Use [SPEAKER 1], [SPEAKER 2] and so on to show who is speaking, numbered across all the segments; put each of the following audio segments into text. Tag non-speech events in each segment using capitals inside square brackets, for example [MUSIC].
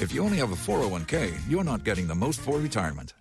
[SPEAKER 1] If you only have a 401k, you're not getting the most for retirement.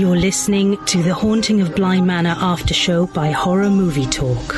[SPEAKER 2] You're listening to the Haunting of Blind Manor after show by Horror Movie Talk.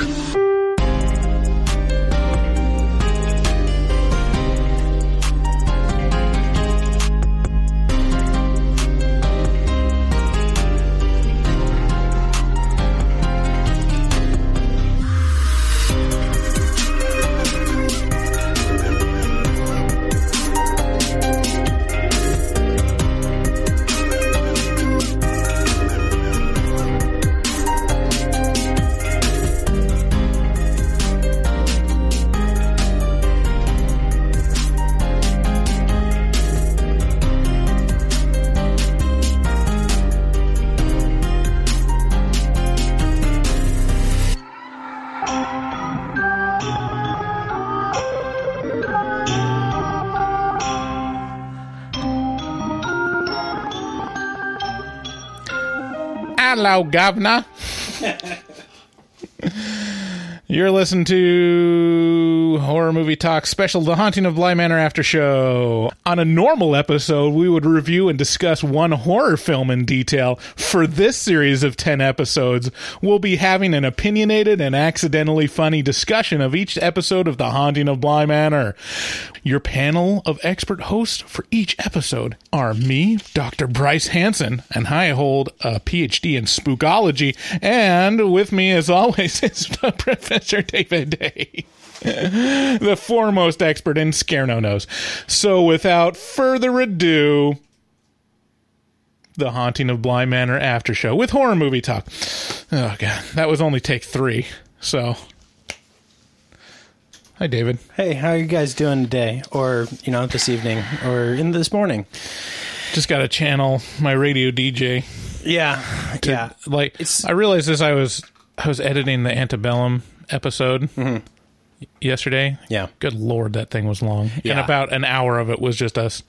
[SPEAKER 3] Hello, Governor. You're listening to Horror Movie Talk Special The Haunting of Bly Manor After Show. On a normal episode, we would review and discuss one horror film in detail. For this series of 10 episodes, we'll be having an opinionated and accidentally funny discussion of each episode of The Haunting of Bly Manor. Your panel of expert hosts for each episode are me, Dr. Bryce Hansen, and I hold a PhD in spookology. And with me, as always, [LAUGHS] is Professor David Day, [LAUGHS] the foremost expert in scare no nos. So without further ado, the Haunting of Blind Manor after show with horror movie talk. Oh, God. That was only take three. So. Hi, David.
[SPEAKER 4] Hey, how are you guys doing today? Or, you know, this evening or in this morning?
[SPEAKER 3] Just got to channel my radio DJ.
[SPEAKER 4] Yeah.
[SPEAKER 3] to-
[SPEAKER 4] yeah.
[SPEAKER 3] Like
[SPEAKER 4] It's-
[SPEAKER 3] I realized as I was I was editing the antebellum episode y- yesterday.
[SPEAKER 4] Mm-hmm. Yeah.
[SPEAKER 3] Good lord, that thing was long. And
[SPEAKER 4] Yeah.
[SPEAKER 3] about an hour of it was just us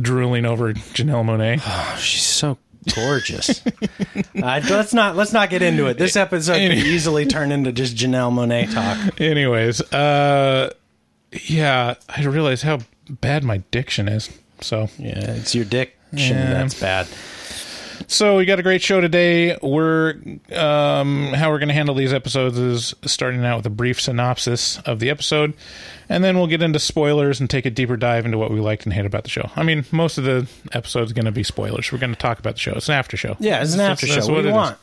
[SPEAKER 3] drooling over Janelle
[SPEAKER 4] [SIGHS]
[SPEAKER 3] Monet.
[SPEAKER 4] She's so gorgeous. [LAUGHS] uh, let's not let's not get into it. This episode could easily turn into just Janelle Monet talk.
[SPEAKER 3] Anyways, uh yeah, I realized how bad my diction is. So
[SPEAKER 4] Yeah, it's your dick.
[SPEAKER 3] Yeah.
[SPEAKER 4] That's bad.
[SPEAKER 3] So we got a great show today. We're um, how we're going to handle these episodes is starting out with a brief synopsis of the episode, and then we'll get into spoilers and take a deeper dive into what we liked and hate about the show. I mean, most of the episode's going to be spoilers. We're going to talk about the show. It's an after show.
[SPEAKER 4] Yeah, it's an
[SPEAKER 3] That's-
[SPEAKER 4] after
[SPEAKER 3] that's
[SPEAKER 4] show. What do
[SPEAKER 3] it is.
[SPEAKER 4] you want?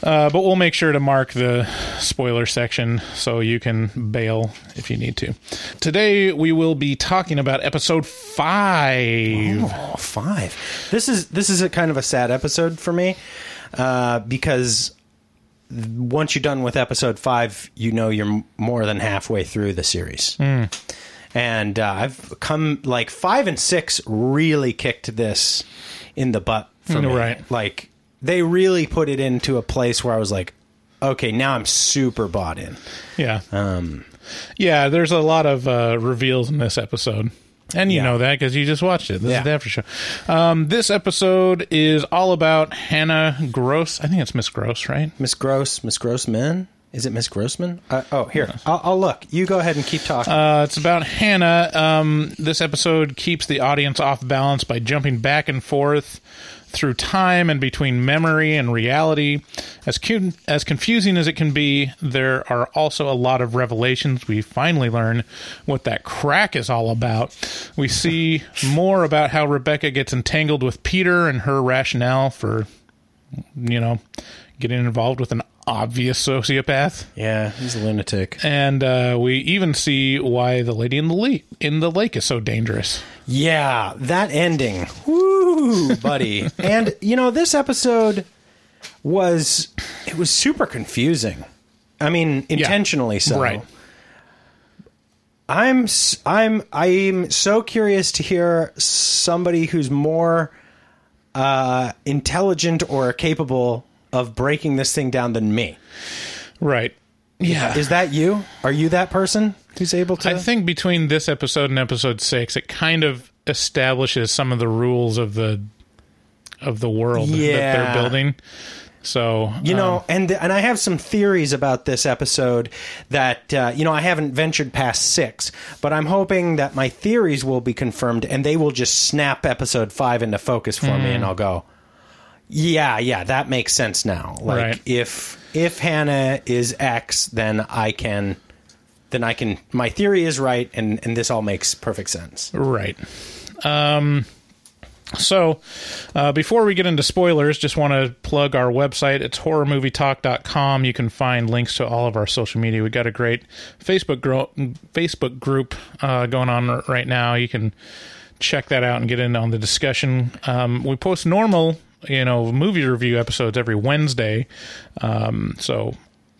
[SPEAKER 3] Uh, but we'll make sure to mark the spoiler section so you can bail if you need to. Today we will be talking about episode five.
[SPEAKER 4] Oh, five. This is this is a kind of a sad episode for me uh, because once you're done with episode five, you know you're m- more than halfway through the series. And uh, I've come like five and six really kicked this in the butt for me.
[SPEAKER 3] Right.
[SPEAKER 4] Like they really put it into a place where I was like, okay, now I'm super bought in. Um,
[SPEAKER 3] Yeah. yeah, there's a lot of uh, reveals in this episode. And you
[SPEAKER 4] Yeah.
[SPEAKER 3] know that because you just watched it. This
[SPEAKER 4] Yeah.
[SPEAKER 3] is the after show. Um, this episode is all about Hannah Gross. I think it's Miss Gross, right?
[SPEAKER 4] Miss Gross, Miss Grossman. Is it Miss Grossman? Uh, oh, here. I'll, I'll look. You go ahead and keep talking.
[SPEAKER 3] Uh, it's about Hannah. Um, this episode keeps the audience off balance by jumping back and forth through time and between memory and reality. As cu- as confusing as it can be, there are also a lot of revelations. We finally learn what that crack is all about. We see more about how Rebecca gets entangled with Peter and her rationale for, you know, getting involved with an obvious sociopath
[SPEAKER 4] yeah, he's a lunatic.
[SPEAKER 3] and uh, we even see why the lady in the lake in the lake is so dangerous.
[SPEAKER 4] Yeah, that ending. Woo, buddy. [LAUGHS] and you know, this episode was it was super confusing. I mean, intentionally so.
[SPEAKER 3] Right.
[SPEAKER 4] I'm s- I'm I'm so curious to hear somebody who's more uh, intelligent or capable of breaking this thing down than me.
[SPEAKER 3] Right. Yeah.
[SPEAKER 4] Is that you? Are you that person who's able to?
[SPEAKER 3] I think between this episode and episode six, it kind of establishes some of the rules of the of the world that
[SPEAKER 4] Yeah.
[SPEAKER 3] they're building. So
[SPEAKER 4] You
[SPEAKER 3] um,
[SPEAKER 4] know, and and I have some theories about this episode that uh, you know I haven't ventured past six, but I'm hoping that my theories will be confirmed and they will just snap episode five into focus for me,
[SPEAKER 3] Hmm.
[SPEAKER 4] and I'll go, yeah, yeah, that makes sense now. Like
[SPEAKER 3] Right.
[SPEAKER 4] if if Hannah is X, then I can, then I can. My theory is right, and and this all makes perfect sense.
[SPEAKER 3] Right. Um, so, uh, before we get into spoilers, just want to plug our website. It's horrormovietalk.com. You can find links to all of our social media. we got a great Facebook, gro- Facebook group uh, going on r- right now. You can check that out and get in on the discussion. Um, we post normal, you know, movie review episodes every Wednesday. Um, so,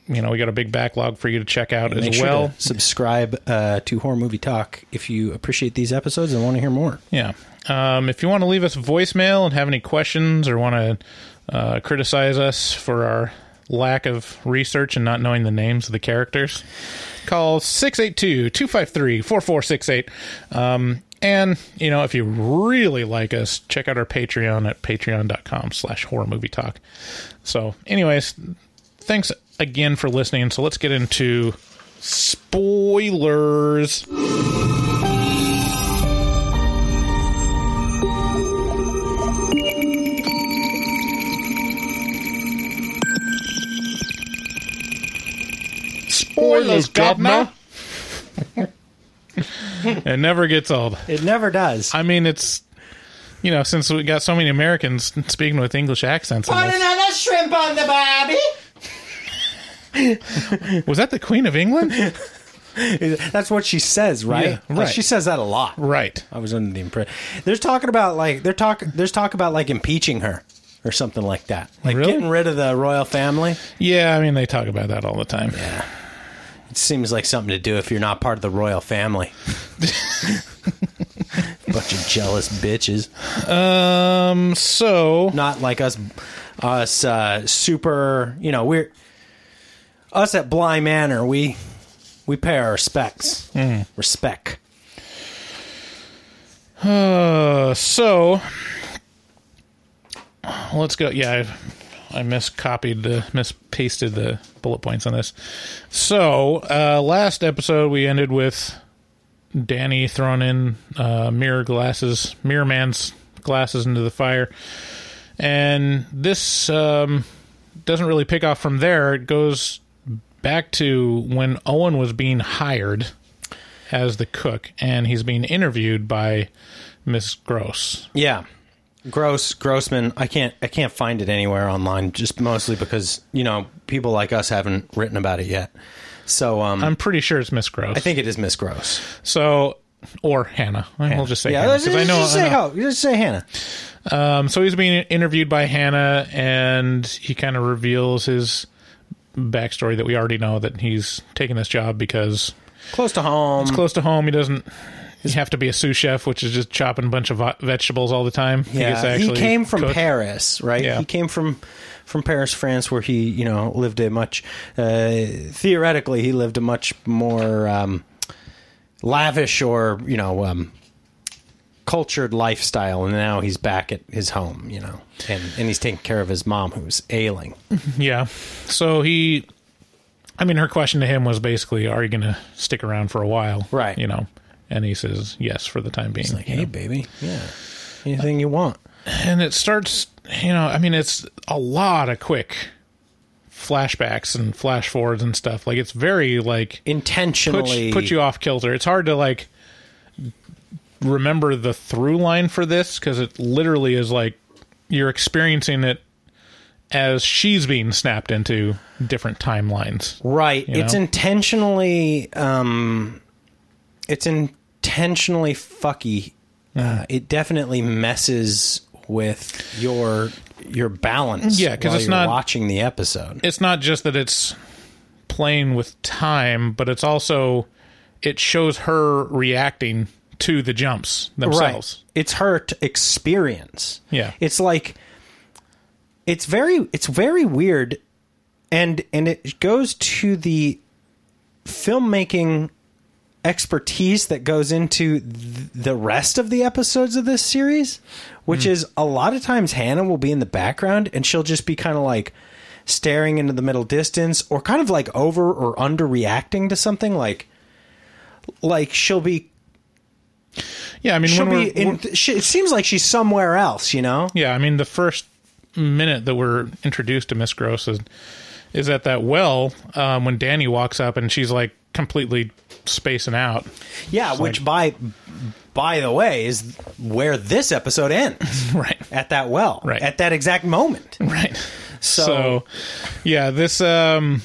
[SPEAKER 3] you know, we got a big backlog for you to check out
[SPEAKER 4] Make
[SPEAKER 3] as
[SPEAKER 4] sure
[SPEAKER 3] well.
[SPEAKER 4] to subscribe uh, to Horror Movie Talk if you appreciate these episodes and want to hear more.
[SPEAKER 3] Yeah. Um, if you want to leave us a voicemail and have any questions or want to uh, criticize us for our lack of research and not knowing the names of the characters, call 682 253 4468. Um, And, you know, if you really like us, check out our Patreon at patreon.com slash horror movie talk. So, anyways, thanks again for listening. So let's get into spoilers. Spoilers, governor. [LAUGHS] it never gets old.
[SPEAKER 4] It never does.
[SPEAKER 3] I mean, it's you know, since we got so many Americans speaking with English accents, in this-
[SPEAKER 4] another shrimp on the barbie?
[SPEAKER 3] was that the Queen of England?
[SPEAKER 4] That's what she says, right?
[SPEAKER 3] Yeah,
[SPEAKER 4] Like,
[SPEAKER 3] right.
[SPEAKER 4] she says that a lot.
[SPEAKER 3] right.
[SPEAKER 4] I was under the impression they're talking about like they're talk there's talk about like impeaching her or something like that, like
[SPEAKER 3] Really?
[SPEAKER 4] getting rid of the royal family.
[SPEAKER 3] Yeah, I mean, they talk about that all the time.
[SPEAKER 4] It seems like something to do if you're not part of the royal
[SPEAKER 3] [LAUGHS]
[SPEAKER 4] family. Bunch of jealous bitches.
[SPEAKER 3] Um, so
[SPEAKER 4] Not like us, us uh, super. You know we're us at Bly Manor. We we pay our respects. Respect.
[SPEAKER 3] Uh, so let's go. Yeah, I, I miscopied the mispasted the bullet points on this. So uh, last episode we ended with Danny throwing in uh, mirror glasses, mirror man's glasses into the fire, and this um, doesn't really pick off from there. It goes back to when Owen was being hired as the cook, and he's being interviewed by Miss Gross.
[SPEAKER 4] Yeah. Gross Grossman, I can't I can't find it anywhere online just mostly because, you know, people like us haven't written about it yet. So um
[SPEAKER 3] I'm pretty sure it's Miss Gross.
[SPEAKER 4] I think it is Miss Gross.
[SPEAKER 3] so, or Hannah. We'll just say
[SPEAKER 4] yeah,
[SPEAKER 3] Hannah
[SPEAKER 4] let's-
[SPEAKER 3] 'cause I know.
[SPEAKER 4] just
[SPEAKER 3] I
[SPEAKER 4] say
[SPEAKER 3] know.
[SPEAKER 4] ho- just say Hannah.
[SPEAKER 3] Um, so he's being interviewed by Hannah, and he kind of reveals his backstory that we already know that he's taking this job because
[SPEAKER 4] Close to home.
[SPEAKER 3] it's close to home. He doesn't. You have to be a sous chef, which is just chopping a bunch of vo- vegetables all the time. gets to
[SPEAKER 4] Yeah. He,
[SPEAKER 3] actually
[SPEAKER 4] came from
[SPEAKER 3] cook.
[SPEAKER 4] Paris, right?
[SPEAKER 3] Yeah.
[SPEAKER 4] He came from from Paris, France where he, you know, lived a much uh theoretically he lived a much more um lavish or, you know, um cultured lifestyle and now he's back at his home you know and, and he's taking care of his mom who's ailing
[SPEAKER 3] Yeah. So he I mean, her question to him was basically, "Are you going to stick around for a while?"
[SPEAKER 4] Right.
[SPEAKER 3] You know, and he says, "Yes, for the time being."
[SPEAKER 4] It's like,
[SPEAKER 3] you
[SPEAKER 4] hey,
[SPEAKER 3] know.
[SPEAKER 4] baby, yeah, anything you want.
[SPEAKER 3] and it starts. You know, I mean, it's a lot of quick flashbacks and flash forwards and stuff. Like it's very like
[SPEAKER 4] Intentionally
[SPEAKER 3] put, put you off kilter. It's hard to like remember the through line for this because it literally is like you're experiencing it as she's being snapped into different timelines.
[SPEAKER 4] Right.
[SPEAKER 3] you
[SPEAKER 4] It's
[SPEAKER 3] know?
[SPEAKER 4] intentionally um it's intentionally fucky.
[SPEAKER 3] Mm-hmm.
[SPEAKER 4] Uh, it definitely messes with your your balance
[SPEAKER 3] Yeah, 'cause
[SPEAKER 4] while
[SPEAKER 3] it's
[SPEAKER 4] you're
[SPEAKER 3] not-
[SPEAKER 4] watching the episode.
[SPEAKER 3] It's not just that it's playing with time, but it's also it shows her reacting to the jumps themselves.
[SPEAKER 4] Right. It's her t- experience.
[SPEAKER 3] Yeah.
[SPEAKER 4] It's like it's very it's very weird and and it goes to the filmmaking expertise that goes into th- the rest of the episodes of this series, which
[SPEAKER 3] Hmm.
[SPEAKER 4] is a lot of times Hannah will be in the background and she'll just be kind of like staring into the middle distance or kind of like over or underreacting to something like like she'll be
[SPEAKER 3] Yeah, I mean
[SPEAKER 4] she'll
[SPEAKER 3] when
[SPEAKER 4] be
[SPEAKER 3] we're,
[SPEAKER 4] in, she, it seems like she's somewhere else you know
[SPEAKER 3] Yeah, I mean the first minute that we're introduced to Miss Gross is is at that well um, when Danny walks up and she's like completely spacing out. [LAUGHS]
[SPEAKER 4] yeah which by by the way is where this episode ends
[SPEAKER 3] Right.
[SPEAKER 4] at that well
[SPEAKER 3] Right.
[SPEAKER 4] at that exact moment
[SPEAKER 3] Right. So,
[SPEAKER 4] So-
[SPEAKER 3] yeah, this um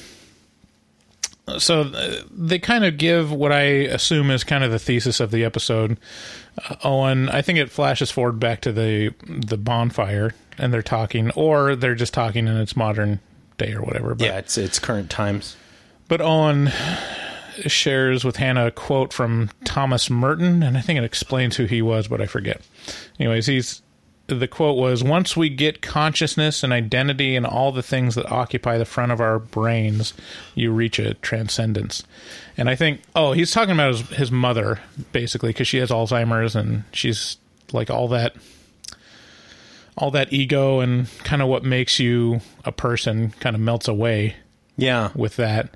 [SPEAKER 3] so uh, they kind of give what I assume is kind of the thesis of the episode. Uh, Owen, I think it flashes forward back to the the bonfire and they're talking or they're just talking and it's modern day or whatever. But
[SPEAKER 4] yeah it's it's current times
[SPEAKER 3] But Owen shares with Hannah a quote from Thomas Merton, and I think it explains who he was, but I forget. Anyways, he's the quote was once we get consciousness and identity and all the things that occupy the front of our brains you reach a transcendence and i think oh he's talking about his, his mother basically because she has alzheimer's and she's like all that all that ego and kind of what makes you a person kind of melts away
[SPEAKER 4] yeah
[SPEAKER 3] with that.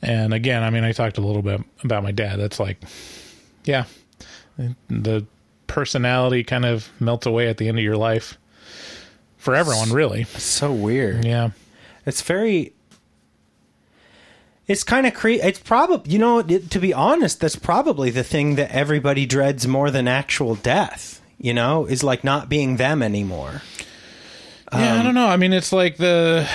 [SPEAKER 3] And again, I mean, I talked a little bit about my dad. That's like, yeah, the personality kind of melts away at the end of your life for everyone, really.
[SPEAKER 4] so weird.
[SPEAKER 3] Yeah.
[SPEAKER 4] It's very. It's kind of cre. It's probably you know it- to be honest, that's probably the thing that everybody dreads more than actual death. You know, is like not being them anymore.
[SPEAKER 3] yeah, I don't know. I mean, it's like the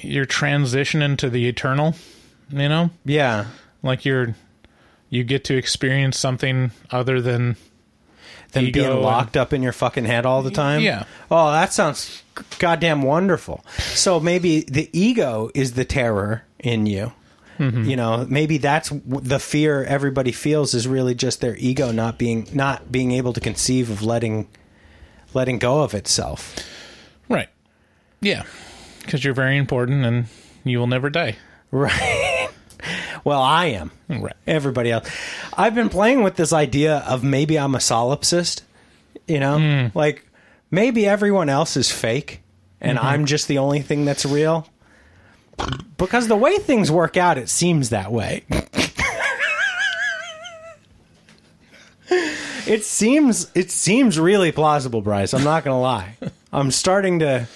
[SPEAKER 3] you're transitioning to the eternal, you know?
[SPEAKER 4] Yeah,
[SPEAKER 3] Like you're you get to experience something other than
[SPEAKER 4] than
[SPEAKER 3] Ego
[SPEAKER 4] being
[SPEAKER 3] and-
[SPEAKER 4] locked up in your fucking head all the time.
[SPEAKER 3] Yeah.
[SPEAKER 4] Oh, that sounds goddamn wonderful. So maybe the ego is the terror in you.
[SPEAKER 3] Mm-hmm.
[SPEAKER 4] You know, maybe that's w- the fear everybody feels is really just their ego not being not being able to conceive of letting letting go of itself. [LAUGHS]
[SPEAKER 3] right. Yeah. Cuz you're very important and you will never die.
[SPEAKER 4] Right. well, I am.
[SPEAKER 3] Right.
[SPEAKER 4] Everybody else. I've been playing with this idea of maybe I'm a solipsist. You know,
[SPEAKER 3] Hmm.
[SPEAKER 4] like maybe everyone else is fake and
[SPEAKER 3] Mm-hmm.
[SPEAKER 4] I'm just the only thing that's real. Because the way things work out, it seems that way. [LAUGHS] it seems it seems really plausible, Bryce. I'm not gonna lie. I'm starting to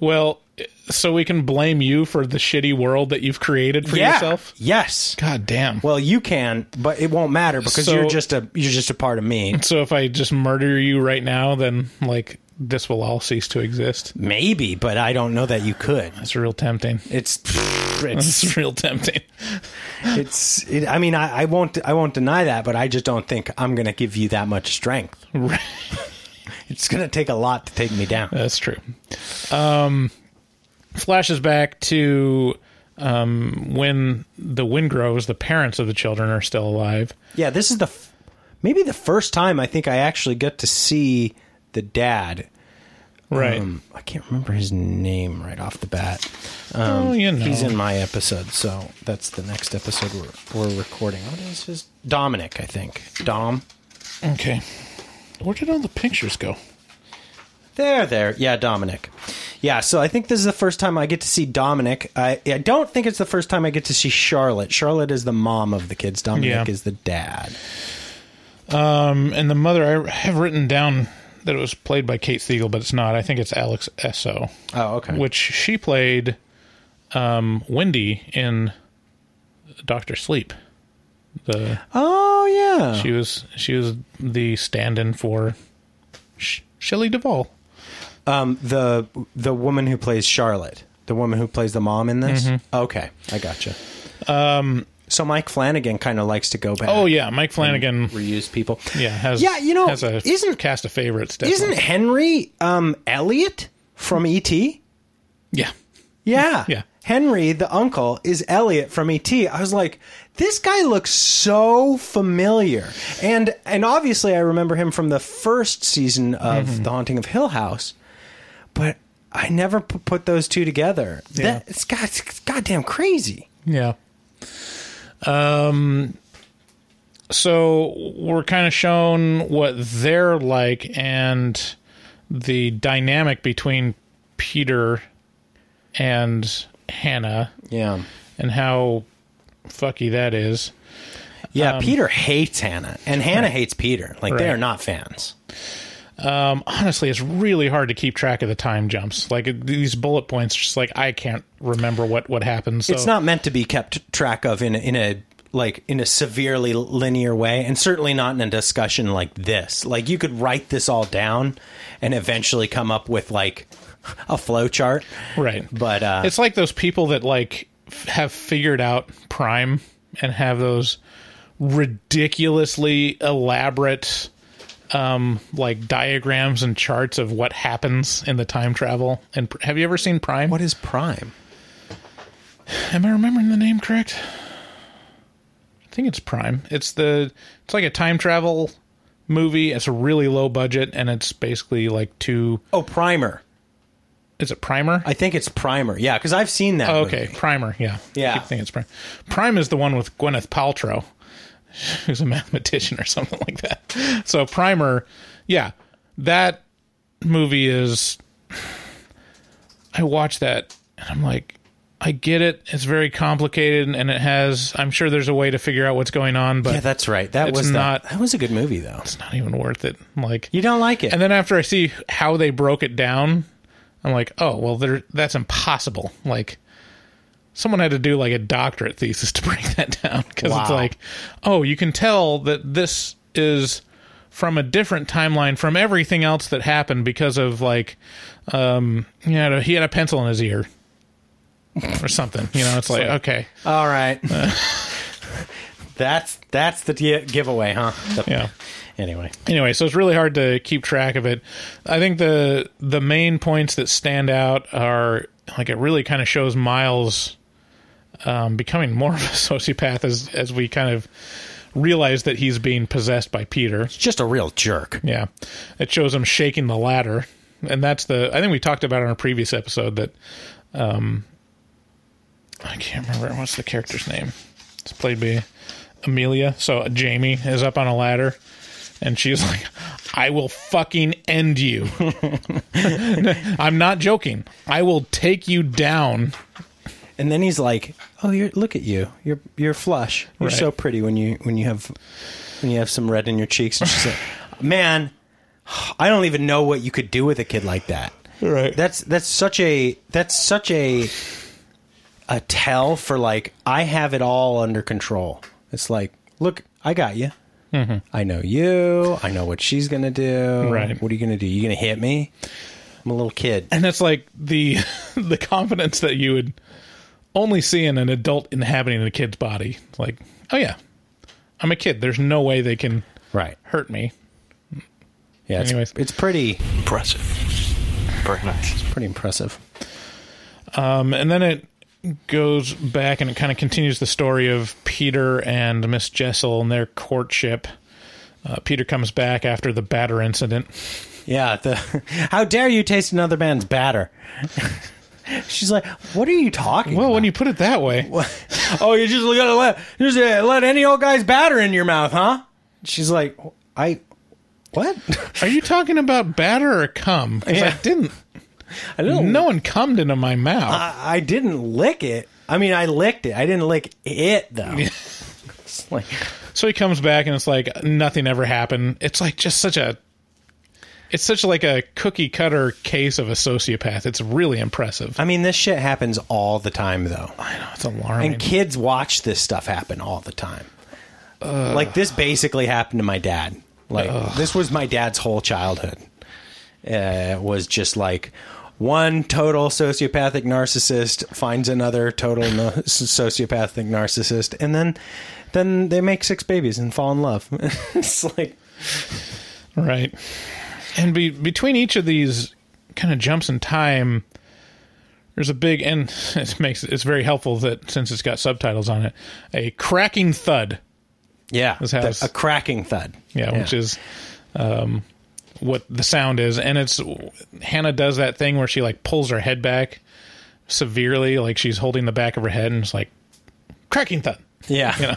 [SPEAKER 3] Well, so we can blame you for the shitty world that you've created for
[SPEAKER 4] Yeah.
[SPEAKER 3] yourself?
[SPEAKER 4] Yes.
[SPEAKER 3] God damn.
[SPEAKER 4] Well, you can, but it won't matter because
[SPEAKER 3] So-
[SPEAKER 4] you're just a you're just a part of me.
[SPEAKER 3] so if I just murder you right now, then like this will all cease to exist.
[SPEAKER 4] Maybe, but I don't know that you could.
[SPEAKER 3] That's real tempting. [LAUGHS]
[SPEAKER 4] It's it's
[SPEAKER 3] It's real tempting. [LAUGHS]
[SPEAKER 4] it's. It, I mean, I, I won't I won't deny that, but I just don't think I'm going to give you that much strength.
[SPEAKER 3] Right.
[SPEAKER 4] It's going to take a lot to take me down.
[SPEAKER 3] [LAUGHS] That's true. Um flashes back to um when the wind grows, the parents of the children are still alive.
[SPEAKER 4] Yeah, this is the f- maybe the first time I think I actually get to see the dad.
[SPEAKER 3] Right.
[SPEAKER 4] Um, I can't remember his name right off the bat.
[SPEAKER 3] oh, you know.
[SPEAKER 4] He's in my episode, so that's the next episode we're, we're recording. What is his Dominic? I think Dom.
[SPEAKER 3] okay. Where did all the pictures go?
[SPEAKER 4] There, there. Yeah, Dominic. Yeah, so I think this is the first time I get to see Dominic. I, I don't think it's the first time I get to see Charlotte. Charlotte is the mom of the kids. Dominic
[SPEAKER 3] Yeah.
[SPEAKER 4] is the dad.
[SPEAKER 3] Um, and the mother, I have written down that it was played by Kate Siegel, but it's not. I think it's Alex Esso,
[SPEAKER 4] Oh, okay.
[SPEAKER 3] which she played um, Wendy in Doctor Sleep. The
[SPEAKER 4] oh yeah.
[SPEAKER 3] she was she was the stand-in for Sh- Shelley Duvall.
[SPEAKER 4] Um, the the woman who plays Charlotte, the woman who plays the mom in this.
[SPEAKER 3] Mm-hmm.
[SPEAKER 4] Okay, I gotcha. Um, so Mike Flanagan kind of likes to go back.
[SPEAKER 3] Oh yeah, Mike Flanagan.
[SPEAKER 4] reuse people.
[SPEAKER 3] Yeah, has
[SPEAKER 4] yeah. You know,
[SPEAKER 3] has a
[SPEAKER 4] isn't
[SPEAKER 3] cast of favorites.
[SPEAKER 4] isn't
[SPEAKER 3] definitely.
[SPEAKER 4] Henry um, Elliot from E ET?
[SPEAKER 3] yeah.
[SPEAKER 4] Yeah,
[SPEAKER 3] [LAUGHS] Yeah.
[SPEAKER 4] Henry, the uncle, is Elliot from ET. I was like, this guy looks so familiar, and and obviously I remember him from the first season of
[SPEAKER 3] Mm-hmm.
[SPEAKER 4] The Haunting of Hill House, but I never p- put those two together.
[SPEAKER 3] Yeah.
[SPEAKER 4] That it's, god, it's goddamn crazy.
[SPEAKER 3] Yeah. Um so we're kind of shown what they're like and the dynamic between Peter and Hannah
[SPEAKER 4] Yeah,
[SPEAKER 3] and how fucky that is.
[SPEAKER 4] yeah. Peter hates Hannah, and Hannah hates Peter. Like they
[SPEAKER 3] Um, Right.
[SPEAKER 4] are not fans.
[SPEAKER 3] Um honestly it's really hard to keep track of the time jumps. Like it- these bullet points just like I can't remember what what happens. So
[SPEAKER 4] it's not meant to be kept track of in a, in a like in a severely linear way and certainly not in a discussion like this like you could write this all down and eventually come up with like a flow chart
[SPEAKER 3] right.
[SPEAKER 4] but uh
[SPEAKER 3] it's like those people that like f- have figured out prime and have those ridiculously elaborate um like diagrams and charts of what happens in the time travel and pr- have you ever seen prime
[SPEAKER 4] what is prime
[SPEAKER 3] am i remembering the name correct i think it's prime it's the it's like a time travel movie it's a really low budget and it's basically like two
[SPEAKER 4] oh primer
[SPEAKER 3] is it primer
[SPEAKER 4] i think it's primer yeah because i've seen that
[SPEAKER 3] Oh,
[SPEAKER 4] movie.
[SPEAKER 3] okay, Primer. Yeah,
[SPEAKER 4] Yeah.
[SPEAKER 3] I keep thinking it's Prime. Prime is the one with Gwyneth Paltrow, [LAUGHS] who's a mathematician or something like that. So Primer, yeah, that movie is. I watch that and I'm like, I get it. It's very complicated and it has. I'm sure there's a way to figure out what's going on, but
[SPEAKER 4] yeah that's right that
[SPEAKER 3] It's
[SPEAKER 4] was the-
[SPEAKER 3] not-
[SPEAKER 4] that was a good movie though
[SPEAKER 3] it's not even worth it. I'm like,
[SPEAKER 4] you don't like it
[SPEAKER 3] and then after I see how they broke it down, I'm like, oh well, there that's impossible. Like someone had to do like a doctorate thesis to [LAUGHS] break that down because
[SPEAKER 4] Wow.
[SPEAKER 3] it's like, oh, you can tell that this is from a different timeline from everything else that happened because of like, um, you know, he had a pencil in his ear or something. You know, it's
[SPEAKER 4] [LAUGHS]
[SPEAKER 3] like okay, [LAUGHS]
[SPEAKER 4] all right
[SPEAKER 3] Uh.
[SPEAKER 4] that's that's the gi- giveaway huh The-
[SPEAKER 3] yeah.
[SPEAKER 4] anyway
[SPEAKER 3] anyway, so it's really hard to keep track of it. I think the the main points that stand out are like it really kind of shows Miles um, becoming more of a [LAUGHS] sociopath as as we kind of realize that he's being possessed by Peter.
[SPEAKER 4] just a real jerk
[SPEAKER 3] Yeah, it shows him shaking the ladder, and that's the. I think we talked about it on a previous episode that, um, I can't remember what's the character's name. It's played by Amelia. So uh, Jamie is up on a ladder, and she's [LAUGHS] like, "I will fucking end you." [LAUGHS] I'm not joking. I will take you down.
[SPEAKER 4] And then he's like, "Oh, you're look at you. You're you're flush. You're
[SPEAKER 3] Right.
[SPEAKER 4] so pretty when you when you have when you have some red in your cheeks." And she's like, [LAUGHS] "Man, I don't even know what you could do with a kid like that.
[SPEAKER 3] Right.
[SPEAKER 4] That's that's such a that's such a a tell for like I have it all under control. It's like, look, I got you.
[SPEAKER 3] Mm-hmm.
[SPEAKER 4] I know you. I know what she's gonna do.
[SPEAKER 3] Right.
[SPEAKER 4] What are you gonna do? You gonna hit me? I'm a little kid.
[SPEAKER 3] and that's like the [LAUGHS] the confidence that you would only see in an adult inhabiting a kid's body It's like oh yeah i'm a kid there's no way they can
[SPEAKER 4] Right.
[SPEAKER 3] hurt me
[SPEAKER 4] Yeah. It's,
[SPEAKER 3] Anyways.
[SPEAKER 4] it's pretty
[SPEAKER 5] Impressive. Very nice.
[SPEAKER 4] pretty impressive.
[SPEAKER 3] um, and then it goes back and it kind of continues the story of peter and miss jessel and their courtship uh, peter comes back after the batter incident
[SPEAKER 4] Yeah, the [LAUGHS] how dare you taste another man's batter? [LAUGHS] She's like, "What are you talking?"
[SPEAKER 3] well
[SPEAKER 4] about?
[SPEAKER 3] when you put it that way
[SPEAKER 4] [LAUGHS] oh, you just gotta let you just uh, let any old guy's batter in your mouth, huh? She's like, "I what?"
[SPEAKER 3] are you talking about batter or cum 'Cause
[SPEAKER 4] Yeah.
[SPEAKER 3] i didn't
[SPEAKER 4] I [LAUGHS] didn't.
[SPEAKER 3] No one cummed into my mouth.
[SPEAKER 4] I, I didn't lick it. I mean, I licked it. I didn't lick it though. [LAUGHS] It's like,
[SPEAKER 3] So he comes back and it's like nothing ever happened. It's like just such a it's such like a cookie cutter case of a sociopath. It's really impressive.
[SPEAKER 4] I mean, this shit happens all the time though.
[SPEAKER 3] I know Oh, it's alarming.
[SPEAKER 4] And kids watch this stuff happen all the time. like this basically happened to my dad. Like this was my dad's whole childhood. Uh, was just like one total sociopathic narcissist finds another total no- [LAUGHS] sociopathic narcissist, and then then they make six babies and fall in love. [LAUGHS] it's like
[SPEAKER 3] right. And be, between each of these kind of jumps in time there's a big and [LAUGHS] it makes it's very helpful that since it's got subtitles on it, a cracking thud.
[SPEAKER 4] yeah,
[SPEAKER 3] This house.
[SPEAKER 4] a cracking thud.
[SPEAKER 3] Yeah, which is um, what the sound is, and it's Hannah does that thing where she like pulls her head back severely, like she's holding the back of her head, and it's like cracking thud. [LAUGHS]
[SPEAKER 4] yeah.
[SPEAKER 3] You know,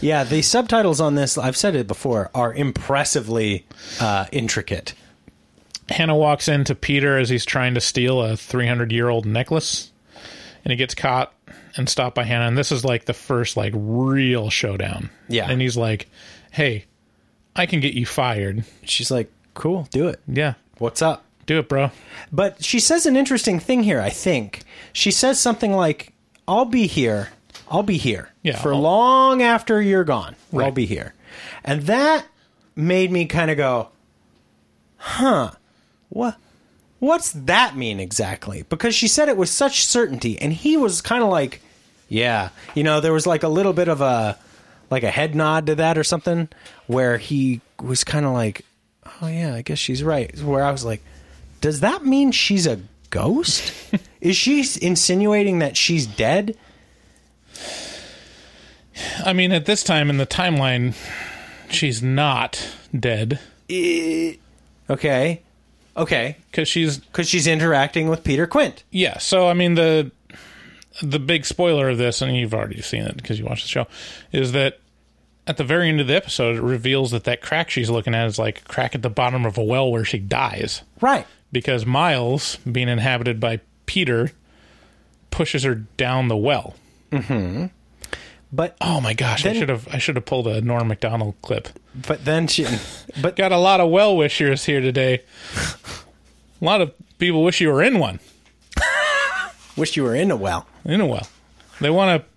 [SPEAKER 4] Yeah, the subtitles on this, I've said it before, are impressively uh, intricate.
[SPEAKER 3] Hannah walks into Peter as he's trying to steal a 300 year old necklace, and he gets caught and stopped by Hannah. And this is like the first like real showdown.
[SPEAKER 4] Yeah.
[SPEAKER 3] and he's like, "Hey, I can get you fired.
[SPEAKER 4] She's like, cool, do it.
[SPEAKER 3] Yeah,
[SPEAKER 4] What's up?
[SPEAKER 3] do it, bro."
[SPEAKER 4] But she says an interesting thing here, I think. She says something like, I'll be here. I'll be here.
[SPEAKER 3] Yeah,
[SPEAKER 4] For
[SPEAKER 3] I'll-
[SPEAKER 4] long after you're gone. I'll
[SPEAKER 3] Right.
[SPEAKER 4] be here. And that made me kind of go, huh, what? What's that mean exactly? Because she said it with such certainty, and he was kind of like, yeah. You know, there was like a little bit of a, like a head nod to that or something, where he was kind of like, oh yeah, I guess she's right. Where I was like, does that mean she's a ghost? Is she insinuating that she's dead?
[SPEAKER 3] I mean, at this time in the timeline, she's not dead
[SPEAKER 4] Eh. Okay. Okay.
[SPEAKER 3] because she's
[SPEAKER 4] Because she's interacting with Peter Quint.
[SPEAKER 3] yeah. So I mean the the big spoiler of this, and you've already seen it because you watched the show, is that at the very end of the episode, it reveals that that crack she's looking at is like a crack at the bottom of a well where she dies
[SPEAKER 4] Right.
[SPEAKER 3] because Miles, being inhabited by Peter, pushes her down the well.
[SPEAKER 4] But
[SPEAKER 3] Oh my gosh!
[SPEAKER 4] Then-
[SPEAKER 3] I should have I should have pulled a Norm Macdonald clip.
[SPEAKER 4] but then she [LAUGHS] but
[SPEAKER 3] Got a lot of well wishers here today. a lot of people wish you were in one.
[SPEAKER 4] wish you were in a well.
[SPEAKER 3] In a well. They want to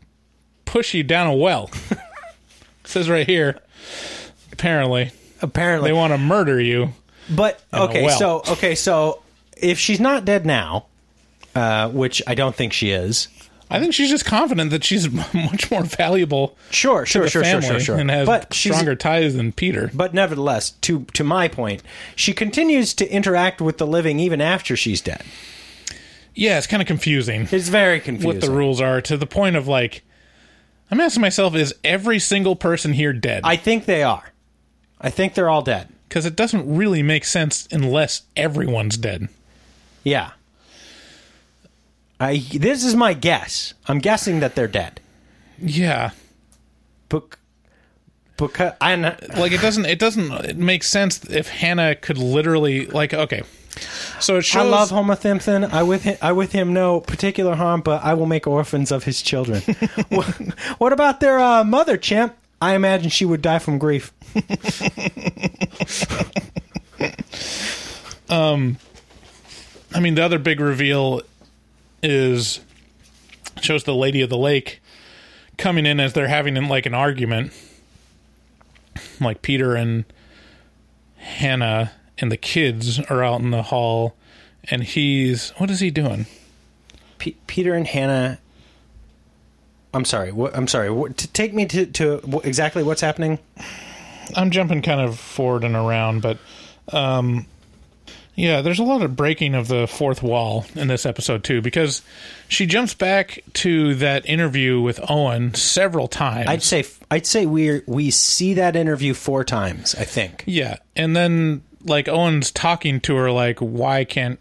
[SPEAKER 3] push you down a well. [LAUGHS] it says right here. Apparently,
[SPEAKER 4] Apparently.
[SPEAKER 3] they want to murder you.
[SPEAKER 4] but
[SPEAKER 3] in a
[SPEAKER 4] okay,
[SPEAKER 3] well.
[SPEAKER 4] so okay, so if she's not dead now, uh, which I don't think she is.
[SPEAKER 3] I think she's just confident that she's [LAUGHS] m- much more valuable
[SPEAKER 4] Sure,
[SPEAKER 3] to
[SPEAKER 4] sure,
[SPEAKER 3] the
[SPEAKER 4] sure, sure,
[SPEAKER 3] family
[SPEAKER 4] sure, sure.
[SPEAKER 3] and has
[SPEAKER 4] But she's-
[SPEAKER 3] stronger ties than Peter.
[SPEAKER 4] But nevertheless, to to my point, she continues to interact with the living even after she's dead.
[SPEAKER 3] Yeah, it's kind of confusing
[SPEAKER 4] It's very confusing.
[SPEAKER 3] what the rules are to the point of like, I'm asking myself, is every single person here dead?
[SPEAKER 4] I think they are. I think they're all dead.
[SPEAKER 3] Because it doesn't really make sense unless everyone's dead.
[SPEAKER 4] Yeah. I this is my guess. I'm guessing that they're dead.
[SPEAKER 3] Yeah.
[SPEAKER 4] Book because I n-
[SPEAKER 3] like it doesn't it doesn't it makes sense if Hannah could literally like okay. So it
[SPEAKER 4] I
[SPEAKER 3] shows
[SPEAKER 4] love Homer Simpson. I with him, I with him no particular harm, but I will make orphans of his children. what, what about their uh, mother, champ? I imagine she would die from grief.
[SPEAKER 3] I mean the other big reveal is it shows the lady of the lake coming in as they're having like an argument like Peter and Hannah and the kids are out in the hall and he's what is he doing?
[SPEAKER 4] P- Peter and Hannah. I'm sorry. What, I'm sorry. What, t- take me to to wh- exactly what's happening.
[SPEAKER 3] I'm jumping kind of forward and around, but um, yeah, there's a lot of breaking of the fourth wall in this episode too, because she jumps back to that interview with Owen several times.
[SPEAKER 4] I'd say I'd say we we see that interview four times. I think.
[SPEAKER 3] yeah, and then like Owen's talking to her like, "Why can't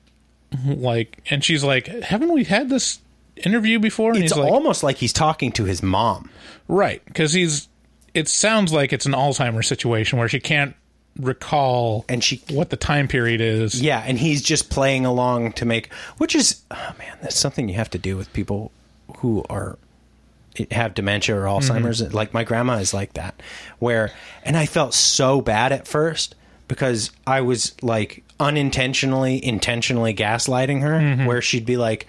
[SPEAKER 3] like?" And she's like, "Haven't we had this interview before?" And
[SPEAKER 4] It's
[SPEAKER 3] he's like,
[SPEAKER 4] almost like he's talking to his mom.
[SPEAKER 3] Right, because he's. It sounds like it's an Alzheimer's situation where she can't recall
[SPEAKER 4] And she-
[SPEAKER 3] what the time period is.
[SPEAKER 4] Yeah, and he's just playing along to make, which is, oh man, that's something you have to do with people who are have dementia or Alzheimer's. Like my grandma is like that, where, and I felt so bad at first because I was like unintentionally, intentionally gaslighting her, where she'd be like.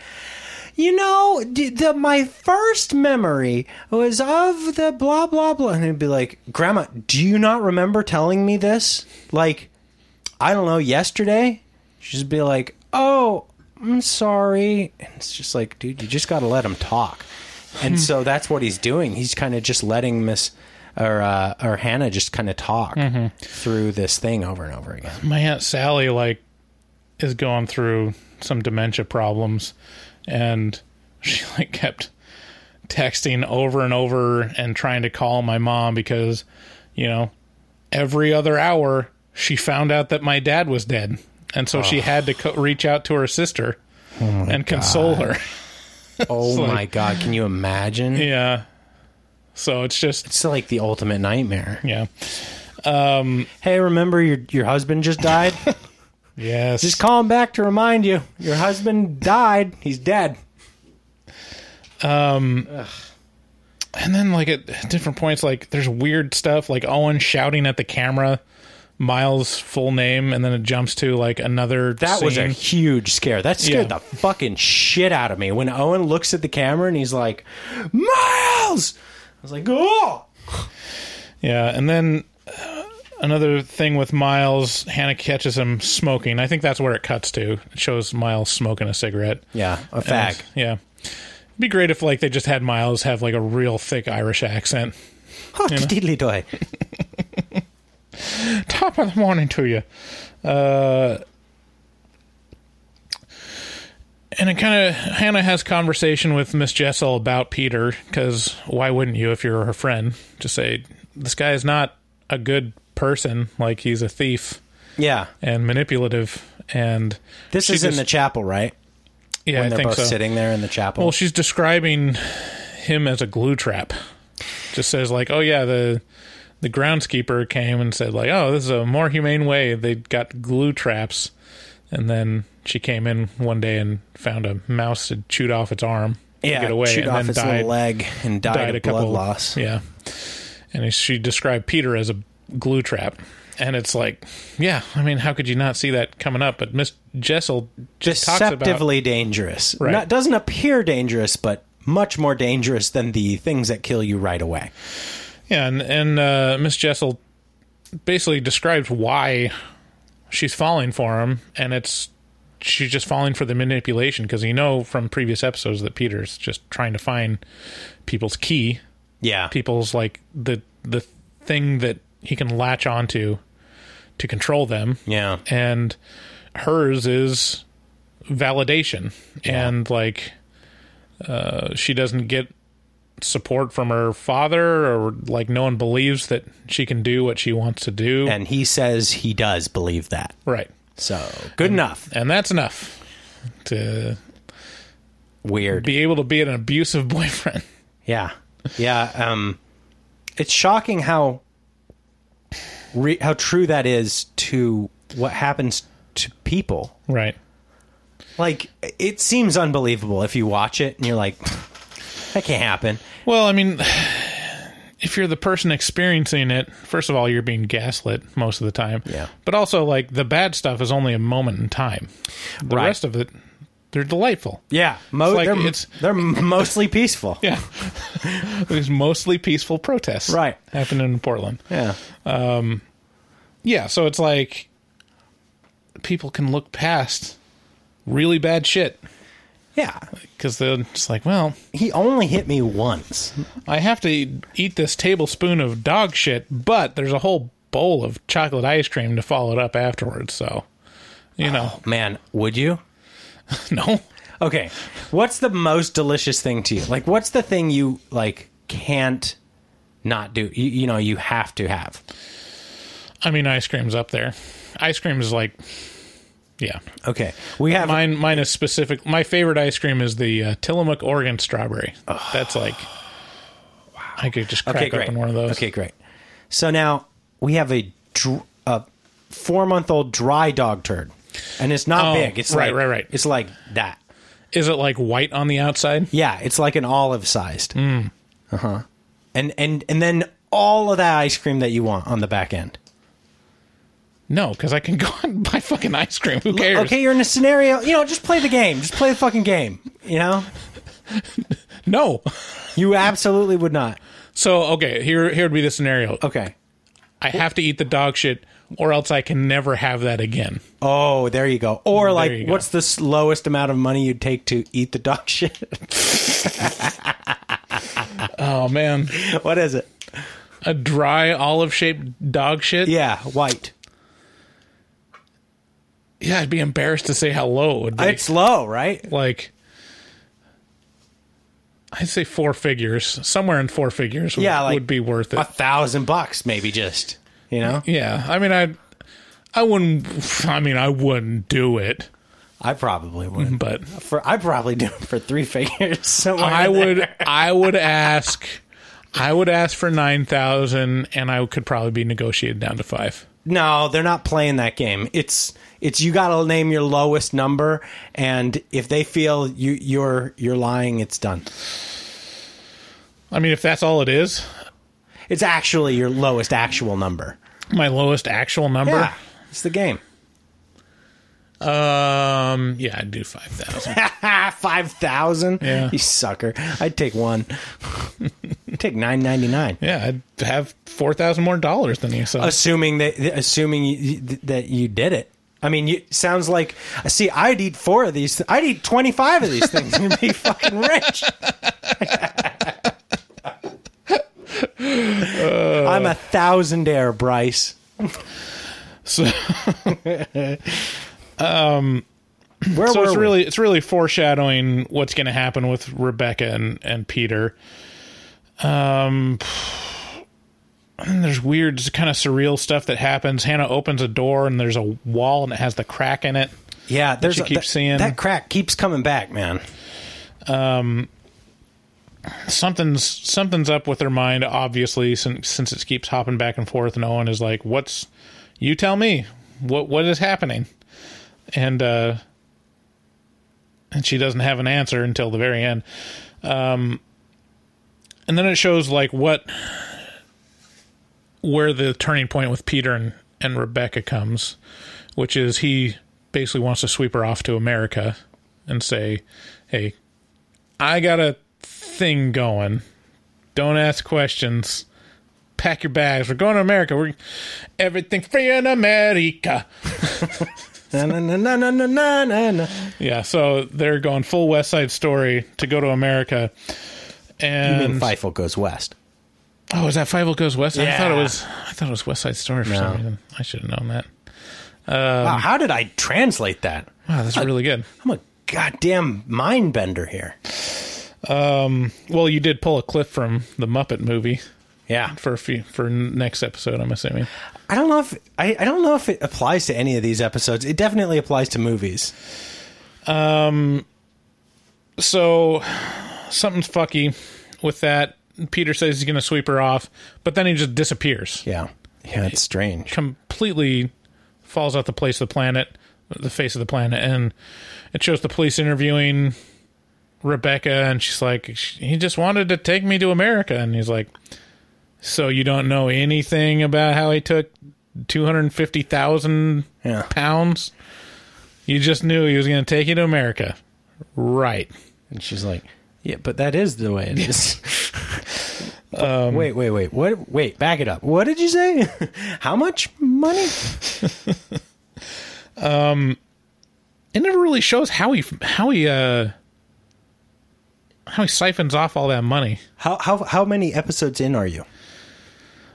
[SPEAKER 4] You know, d- the, my first memory was of the blah blah blah, and I'd be like, "Grandma, do you not remember telling me this? Like, I don't know, yesterday, she'd just be like, "Oh, I'm sorry," and it's just like, dude, you just got to let him talk.
[SPEAKER 3] [LAUGHS]
[SPEAKER 4] And so that's what he's doing. He's kind of just letting Miss or uh, or Hannah just kind of talk
[SPEAKER 3] Mm-hmm.
[SPEAKER 4] through this thing over and over again.
[SPEAKER 3] my aunt Sally like is going through some dementia problems and [LAUGHS] she like kept texting over and over and trying to call my mom because you know every other hour she found out that my dad was dead and so she had to co- reach out to her sister and console her [LAUGHS]
[SPEAKER 4] Oh
[SPEAKER 3] like-
[SPEAKER 4] my god, can you imagine?
[SPEAKER 3] yeah so it's just
[SPEAKER 4] It's like the ultimate nightmare.
[SPEAKER 3] yeah
[SPEAKER 4] Hey, remember your your husband
[SPEAKER 3] [LAUGHS]
[SPEAKER 4] just died?
[SPEAKER 3] yes
[SPEAKER 4] just call him back to remind you. Your husband died. He's dead.
[SPEAKER 3] and then like at different points like there's weird stuff like owen shouting at the camera miles full name and then it jumps to like another
[SPEAKER 4] That was a
[SPEAKER 3] scene.
[SPEAKER 4] huge scare. That scared
[SPEAKER 3] Yeah.
[SPEAKER 4] the fucking shit out of me. When Owen looks at the camera and he's like, Miles! I was like, oh!
[SPEAKER 3] yeah and then uh, another thing with miles hannah catches him smoking i think that's where it cuts to it shows miles smoking a cigarette
[SPEAKER 4] Yeah, a
[SPEAKER 3] And
[SPEAKER 4] fag.
[SPEAKER 3] it's- yeah it'd be great if like they just had miles have like a real thick irish accent
[SPEAKER 4] Oh, diddly doy.
[SPEAKER 3] top of the morning to you. Uh, and it kind of Hannah has conversation with Miss Jessel about Peter because why wouldn't you if you're her friend? Just say this guy is not a good person. Like he's a thief
[SPEAKER 4] Yeah.
[SPEAKER 3] and manipulative. And
[SPEAKER 4] This
[SPEAKER 3] she
[SPEAKER 4] is in
[SPEAKER 3] just-
[SPEAKER 4] the chapel, right?
[SPEAKER 3] yeah,
[SPEAKER 4] when
[SPEAKER 3] I
[SPEAKER 4] they're
[SPEAKER 3] think
[SPEAKER 4] both
[SPEAKER 3] so.
[SPEAKER 4] sitting there in the chapel.
[SPEAKER 3] Well, she's describing him as a glue trap. Just says like, "Oh yeah, the the groundskeeper came and said like, "Oh, this is a more humane way. They got glue traps." And then she came in one day and found a mouse had chewed off its arm
[SPEAKER 4] yeah,
[SPEAKER 3] to get away
[SPEAKER 4] chewed
[SPEAKER 3] and
[SPEAKER 4] off
[SPEAKER 3] then
[SPEAKER 4] his
[SPEAKER 3] died,
[SPEAKER 4] little leg and died,
[SPEAKER 3] died
[SPEAKER 4] of
[SPEAKER 3] a
[SPEAKER 4] blood
[SPEAKER 3] couple
[SPEAKER 4] loss.
[SPEAKER 3] Yeah. And she described Peter as a glue trap. And it's like, yeah, I mean, how could you not see that coming up? But Miss Jessel just talks about
[SPEAKER 4] Deceptively dangerous.
[SPEAKER 3] Right.
[SPEAKER 4] Not, doesn't appear dangerous, but much more dangerous than the things that kill you right away.
[SPEAKER 3] Yeah, and, and uh, Miss Jessel basically describes why she's falling for him, and it's she's just falling for the manipulation because you know from previous episodes that Peter's just trying to find people's key,
[SPEAKER 4] Yeah.
[SPEAKER 3] people's like the the thing that he can latch onto to control them,
[SPEAKER 4] Yeah.
[SPEAKER 3] and hers is validation and like uh, she doesn't get support from her father or like no one believes that she can do what she wants to do
[SPEAKER 4] And he says he does believe that.
[SPEAKER 3] right
[SPEAKER 4] So good enough.
[SPEAKER 3] and that's enough to
[SPEAKER 4] Weird.
[SPEAKER 3] be able to be an abusive [LAUGHS] boyfriend
[SPEAKER 4] Yeah, yeah. Um, it's shocking how re- how true that is to what happens to people.
[SPEAKER 3] right
[SPEAKER 4] Like it seems unbelievable if you watch it and you're like, that can't happen.
[SPEAKER 3] well i mean [SIGHS] if you're the person experiencing it first of all you're being gaslit most of the time
[SPEAKER 4] Yeah.
[SPEAKER 3] but also like the bad stuff is only a moment in time the
[SPEAKER 4] Right.
[SPEAKER 3] rest of it they're
[SPEAKER 4] [LAUGHS]
[SPEAKER 3] delightful
[SPEAKER 4] Yeah, mo-
[SPEAKER 3] It's like
[SPEAKER 4] they're,
[SPEAKER 3] it's-
[SPEAKER 4] they're mostly peaceful.
[SPEAKER 3] [LAUGHS] Yeah. These mostly peaceful protests.
[SPEAKER 4] Right.
[SPEAKER 3] Happened in Portland.
[SPEAKER 4] yeah,
[SPEAKER 3] Yeah, so it's like people can look past really bad shit
[SPEAKER 4] yeah.
[SPEAKER 3] because they're just like, well,
[SPEAKER 4] He only hit me once.
[SPEAKER 3] I have to eat, eat this tablespoon of dog shit, but there's a whole bowl of chocolate ice cream to follow it up afterwards. So, you know,
[SPEAKER 4] Man, would you?
[SPEAKER 3] no.
[SPEAKER 4] Okay. What's the most delicious thing to you? Like, what's the thing you like can't not do? You, you know, you have to have.
[SPEAKER 3] I mean, ice cream's up there. Ice cream is like, yeah.
[SPEAKER 4] Okay, we have.
[SPEAKER 3] Mine, mine is specific. My favorite ice cream is the uh, Tillamook Oregon strawberry. That's like, I could just crack
[SPEAKER 4] okay, great.
[SPEAKER 3] open one of those.
[SPEAKER 4] Okay, great. So now we have a dr- a four month old dry dog turd, and it's not
[SPEAKER 3] Oh,
[SPEAKER 4] big. It's
[SPEAKER 3] right,
[SPEAKER 4] like,
[SPEAKER 3] right, right.
[SPEAKER 4] It's like that.
[SPEAKER 3] Is it like white on the outside?
[SPEAKER 4] Yeah, it's like an olive sized. Uh
[SPEAKER 3] Mm.
[SPEAKER 4] huh. And and and then all of that ice cream that you want on the back end.
[SPEAKER 3] No, because I can go [LAUGHS] out and buy fucking ice cream. Who cares?
[SPEAKER 4] Okay, you're in a scenario. You know, just play the game. Just play the fucking game. You know,
[SPEAKER 3] No.
[SPEAKER 4] you absolutely would not.
[SPEAKER 3] So okay, here here would be the scenario.
[SPEAKER 4] Okay.
[SPEAKER 3] I have to eat the dog shit, or else I can never have that again.
[SPEAKER 4] Oh, there you go. Or like,
[SPEAKER 3] you go.
[SPEAKER 4] what's the s- lowest amount of money you'd take to eat the dog [LAUGHS] shit?
[SPEAKER 3] Oh man,
[SPEAKER 4] what is it?
[SPEAKER 3] a dry olive shaped dog shit.
[SPEAKER 4] Yeah, white.
[SPEAKER 3] yeah, I'd be embarrassed to say how low it would be.
[SPEAKER 4] It's low, right?
[SPEAKER 3] like I'd say four figures, somewhere in four figures. Would,
[SPEAKER 4] Yeah, like-
[SPEAKER 3] would be worth it.
[SPEAKER 4] A thousand bucks, maybe just. You know,
[SPEAKER 3] yeah, I mean, I, I wouldn't. I mean, I wouldn't do it,
[SPEAKER 4] I probably would.
[SPEAKER 3] but
[SPEAKER 4] For I probably do it for three [LAUGHS] figures. somewhere
[SPEAKER 3] I
[SPEAKER 4] in
[SPEAKER 3] would.
[SPEAKER 4] [LAUGHS] there.
[SPEAKER 3] I would ask. I would ask for nine thousand, and I could probably be negotiated down to five.
[SPEAKER 4] No, they're not playing that game. It's it's you got to name your lowest number, and if they feel you you're you're lying, it's done.
[SPEAKER 3] I mean, if that's all it is,
[SPEAKER 4] It's actually your lowest actual number.
[SPEAKER 3] my lowest actual number.
[SPEAKER 4] Yeah, it's the [LAUGHS] game.
[SPEAKER 3] Um, yeah, I'd do five thousand.
[SPEAKER 4] Five thousand.
[SPEAKER 3] Yeah.
[SPEAKER 4] You sucker. I'd take one. [LAUGHS] I'd take nine ninety nine.
[SPEAKER 3] yeah, I'd have four thousand more dollars than you. So
[SPEAKER 4] Assuming that assuming you, that you did it. I mean, you, sounds like see. I'd eat four of these. I'd eat twenty five of these things and
[SPEAKER 3] [LAUGHS]
[SPEAKER 4] be fucking rich.
[SPEAKER 3] Uh.
[SPEAKER 4] I'm a thousandaire, Bryce.
[SPEAKER 3] So, [LAUGHS] um,
[SPEAKER 4] Where
[SPEAKER 3] so
[SPEAKER 4] were
[SPEAKER 3] it's
[SPEAKER 4] we?
[SPEAKER 3] really it's really foreshadowing what's going to happen with Rebecca and and Peter. Um, and there's weird, kind of surreal stuff that happens. Hannah opens a door and there's a wall and it has the crack in it.
[SPEAKER 4] yeah. There's
[SPEAKER 3] you
[SPEAKER 4] a-
[SPEAKER 3] keep
[SPEAKER 4] that,
[SPEAKER 3] seeing-
[SPEAKER 4] that crack keeps coming back, man.
[SPEAKER 3] Something's something's up with their mind, obviously, since since it keeps hopping back and forth. And Owen is like, "What's? You tell me what what is happening?" And uh, and she doesn't have an answer until the very end. Um, and then it shows like what where the turning point with Peter and, and Rebecca comes, which is he basically wants to sweep her off to America and say, Hey, I got a thing going. Don't ask questions. Pack your bags. We're going to America. We're everything free in America.
[SPEAKER 4] Na, na, na, na, na, na, na, na.
[SPEAKER 3] Yeah, so they're going full West Side Story to go to America. And
[SPEAKER 4] And Feifel goes west.
[SPEAKER 3] oh, is that Five Goes West? I thought it
[SPEAKER 4] Yeah.
[SPEAKER 3] was. I thought it was West Side Story for
[SPEAKER 4] No.
[SPEAKER 3] some reason. I should have known that. Um,
[SPEAKER 4] wow, how did I translate that?
[SPEAKER 3] Wow, that's really good.
[SPEAKER 4] I'm a goddamn mind bender here.
[SPEAKER 3] Well, you did pull a clip from the Muppet movie
[SPEAKER 4] Yeah,
[SPEAKER 3] for a few, for next episode. I'm assuming.
[SPEAKER 4] I don't know if I, I don't know if it applies to any of these episodes. It definitely applies to movies.
[SPEAKER 3] so something's fucky with that. Peter says he's going to sweep her off, but then he just disappears.
[SPEAKER 4] Yeah, yeah, it's strange.
[SPEAKER 3] Completely falls off the place of the planet, the face of the planet, and it shows the police interviewing Rebecca, and she's like, "He just wanted to take me to America," and he's like, "So you don't know anything about how he took two hundred fifty thousand
[SPEAKER 4] Yeah.
[SPEAKER 3] pounds? You just knew he was going to take you to America, right?"
[SPEAKER 4] And she's like, "Yeah, but that is the way it
[SPEAKER 3] [LAUGHS]
[SPEAKER 4] is." Um, wait, wait, wait. What? Wait, back it up. What did you say? [LAUGHS] How much money?
[SPEAKER 3] it never really shows how he how he uh how he siphons off all that money.
[SPEAKER 4] How how how many episodes in are you?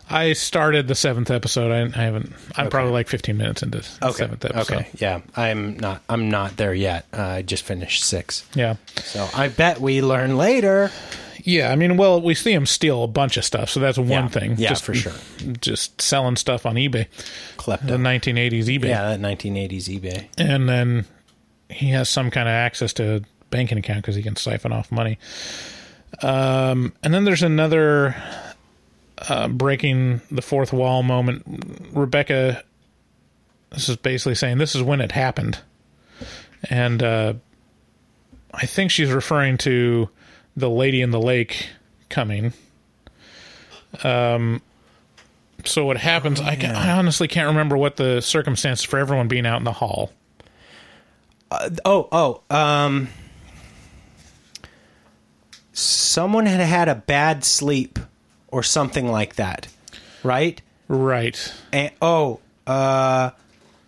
[SPEAKER 3] I started the seventh episode. I, I haven't. I'm probably like 15 minutes into the seventh episode.
[SPEAKER 4] Okay. Yeah, I'm not. I'm not there yet. Uh, I just finished six.
[SPEAKER 3] Yeah.
[SPEAKER 4] So I bet we learn later.
[SPEAKER 3] Yeah. I mean, well, we see him steal a bunch of stuff, so that's one
[SPEAKER 4] Yeah.
[SPEAKER 3] thing.
[SPEAKER 4] Yeah,
[SPEAKER 3] just
[SPEAKER 4] for sure.
[SPEAKER 3] Just selling stuff on eBay, the
[SPEAKER 4] Klepto.
[SPEAKER 3] 1980s eBay,
[SPEAKER 4] Yeah, that 1980s eBay.
[SPEAKER 3] and then he has some kind of access to banking account because he can siphon off money. Um, and then there's another uh, breaking the fourth wall moment. Rebecca This is basically saying this is when it happened, and uh, I think she's referring to the Lady in the Lake coming. Um. So what happens? I, ca- I honestly can't remember what the circumstances for everyone being out in the hall.
[SPEAKER 4] Oh, oh, um someone had had a bad sleep or something like that. Right?
[SPEAKER 3] Right.
[SPEAKER 4] And oh, uh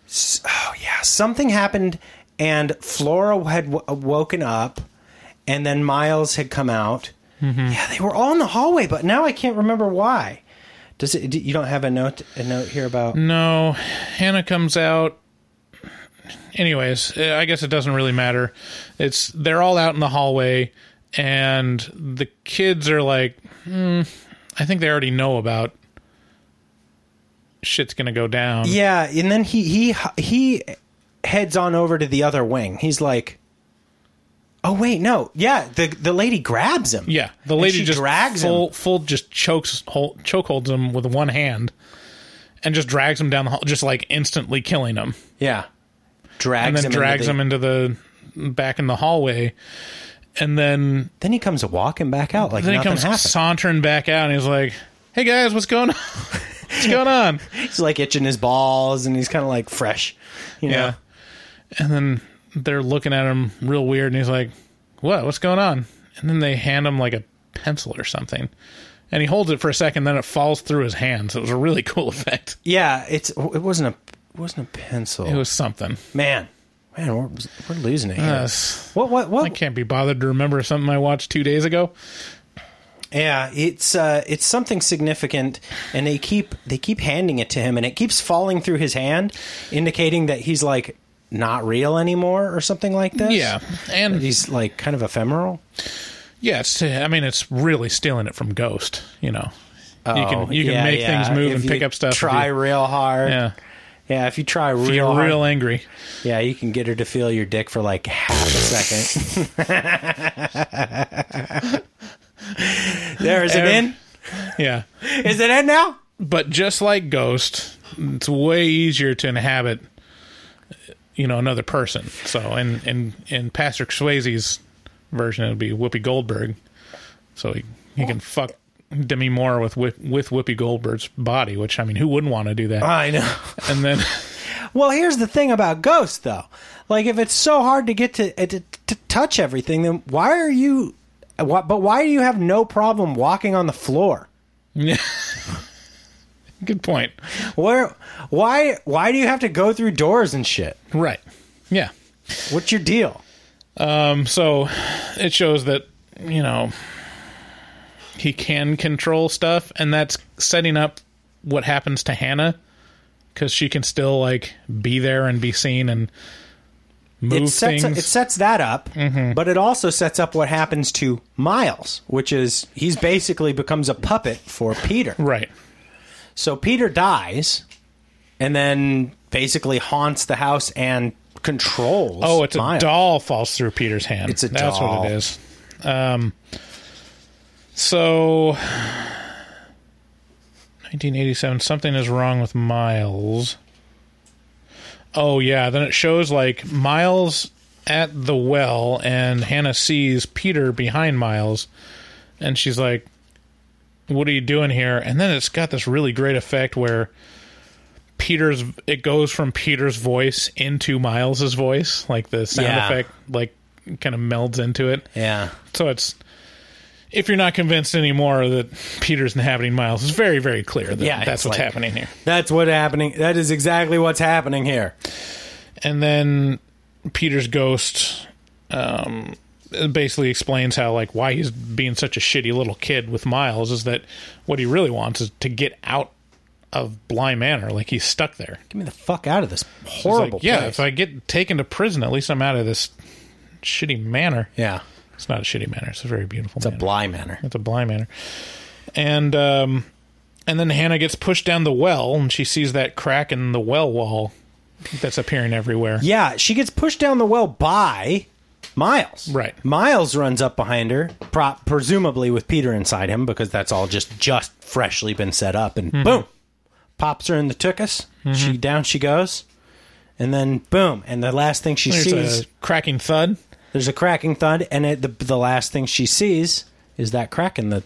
[SPEAKER 4] s- oh yeah, something happened and Flora had w- woken up and then Miles had come out. Yeah, they were all in the hallway, but now I can't remember why. Does it do- you don't have a note a note here about
[SPEAKER 3] No, Hannah comes out. Anyways, eh, I guess it doesn't really matter. It's they're all out in the hallway, and the kids are like, hmm, I think they already know about shit's gonna go down.
[SPEAKER 4] Yeah, and then he he he heads on over to the other wing. He's like, "Oh wait, no, yeah." The the lady grabs him.
[SPEAKER 3] Yeah, the
[SPEAKER 4] And
[SPEAKER 3] lady
[SPEAKER 4] she
[SPEAKER 3] just
[SPEAKER 4] drags
[SPEAKER 3] full,
[SPEAKER 4] him.
[SPEAKER 3] full just chokes hold, choke holds him with one hand, and just drags him down the hall, just like instantly killing him.
[SPEAKER 4] Yeah, drags
[SPEAKER 3] and
[SPEAKER 4] him
[SPEAKER 3] then
[SPEAKER 4] into
[SPEAKER 3] drags
[SPEAKER 4] the-
[SPEAKER 3] him into the back in the hallway, and then
[SPEAKER 4] Then he comes walking back out like
[SPEAKER 3] then he
[SPEAKER 4] nothing
[SPEAKER 3] comes
[SPEAKER 4] happened.
[SPEAKER 3] sauntering back out, and he's like, "Hey guys, what's going on? [LAUGHS] what's going
[SPEAKER 4] [LAUGHS]
[SPEAKER 3] on?"
[SPEAKER 4] he's like itching his balls, and he's kind of like fresh, you know.
[SPEAKER 3] And then they're looking at him real weird, and he's like, "What? What's going on?" And then they hand him like a pencil or something, and he holds it for a second, then it falls through his hands. It was a really [LAUGHS] cool effect.
[SPEAKER 4] Yeah, it's it wasn't a it wasn't a pencil.
[SPEAKER 3] It was Uh, something.
[SPEAKER 4] man, man, we're, we're losing it. Here.
[SPEAKER 3] Yes.
[SPEAKER 4] what what what
[SPEAKER 3] I can't be bothered to remember something I watched two days ago.
[SPEAKER 4] Yeah, it's uh, it's something significant, and they keep they keep handing it to him, and it keeps falling through his hand, indicating that he's like not real anymore or something like this.
[SPEAKER 3] Yeah, and
[SPEAKER 4] he's like kind of ephemeral.
[SPEAKER 3] Yeah, it's. I mean, it's really stealing it from Ghost. You know, you
[SPEAKER 4] Oh,
[SPEAKER 3] can you can
[SPEAKER 4] yeah,
[SPEAKER 3] make
[SPEAKER 4] yeah.
[SPEAKER 3] things move
[SPEAKER 4] If
[SPEAKER 3] and pick
[SPEAKER 4] you
[SPEAKER 3] up stuff. if
[SPEAKER 4] Try
[SPEAKER 3] you-
[SPEAKER 4] real hard.
[SPEAKER 3] yeah.
[SPEAKER 4] yeah. If you try real,
[SPEAKER 3] If you're
[SPEAKER 4] hard,
[SPEAKER 3] real angry. [LAUGHS]
[SPEAKER 4] yeah, you can get her to feel your dick for like half a second. [LAUGHS] there is it in.
[SPEAKER 3] And- Yeah.
[SPEAKER 4] Is it in now?
[SPEAKER 3] But just like Ghost, it's way easier to inhabit, you know, another person. So, and in, in Patrick Swayze's version, it would be Whoopi Goldberg. So he, he can fuck Demi Moore with, with with Whoopi Goldberg's body, which I mean, who wouldn't want to do that?
[SPEAKER 4] I know.
[SPEAKER 3] and then, [LAUGHS]
[SPEAKER 4] Well, here's the thing about Ghost, though. Like, if it's so hard to get to uh, to, to touch everything, then why are you? Why, but why do you have no problem walking on the floor?
[SPEAKER 3] good point.
[SPEAKER 4] Where? Why? Why do you have to go through doors and shit?
[SPEAKER 3] Right? Yeah.
[SPEAKER 4] What's your deal?
[SPEAKER 3] so it shows that you know he can control stuff and that's setting up what happens to hannah because she can still like be there and be seen and move
[SPEAKER 4] It sets
[SPEAKER 3] things Mm-hmm.
[SPEAKER 4] it sets that up, but it also sets up what happens to Miles, which is he's basically becomes a puppet for Peter.
[SPEAKER 3] right
[SPEAKER 4] So Peter dies, and then basically haunts the house and controls.
[SPEAKER 3] oh it's a
[SPEAKER 4] Miles.
[SPEAKER 3] doll falls through peter's hand
[SPEAKER 4] It's a
[SPEAKER 3] that's
[SPEAKER 4] doll.
[SPEAKER 3] what it is um so 1987 something is wrong with miles oh yeah then it shows like miles at the well and hannah sees peter behind miles and she's like what are you doing here and then it's got this really great effect where peter's it goes from peter's voice into miles's voice like the sound
[SPEAKER 4] Yeah.
[SPEAKER 3] effect like kind of melds into it
[SPEAKER 4] Yeah.
[SPEAKER 3] so it's if you're not convinced anymore that Peter's inhabiting Miles, it's very, very clear that
[SPEAKER 4] Yeah,
[SPEAKER 3] that's
[SPEAKER 4] it's
[SPEAKER 3] what's
[SPEAKER 4] like-
[SPEAKER 3] happening here.
[SPEAKER 4] That's what happening. That is exactly what's happening here.
[SPEAKER 3] And then Peter's ghost um, basically explains how, like, why he's being such a shitty little kid with Miles is that what he really wants is to get out of Bly Manor. Like, he's stuck there.
[SPEAKER 4] Get me the fuck out of this
[SPEAKER 3] He's
[SPEAKER 4] horrible
[SPEAKER 3] like, yeah,
[SPEAKER 4] place.
[SPEAKER 3] if I get taken to prison, at least I'm out of this shitty manor.
[SPEAKER 4] yeah,
[SPEAKER 3] It's not a shitty manor. It's a very beautiful
[SPEAKER 4] it's a
[SPEAKER 3] manor.
[SPEAKER 4] Bly Manor.
[SPEAKER 3] It's a blind manor. And um, and then Hannah gets pushed down the well, and she sees that crack in the well wall that's appearing everywhere.
[SPEAKER 4] Yeah, she gets pushed down the well by Miles.
[SPEAKER 3] Right.
[SPEAKER 4] Miles runs up behind her, pro- presumably with Peter inside him, because that's all just just
[SPEAKER 3] Hmm.
[SPEAKER 4] freshly been set up, and boom, pops her in the tuchus. She down she goes. and then boom, and the last thing she
[SPEAKER 3] There's
[SPEAKER 4] sees,
[SPEAKER 3] a cracking thud.
[SPEAKER 4] there's a cracking thud, and it, the the last thing she sees is that crack in the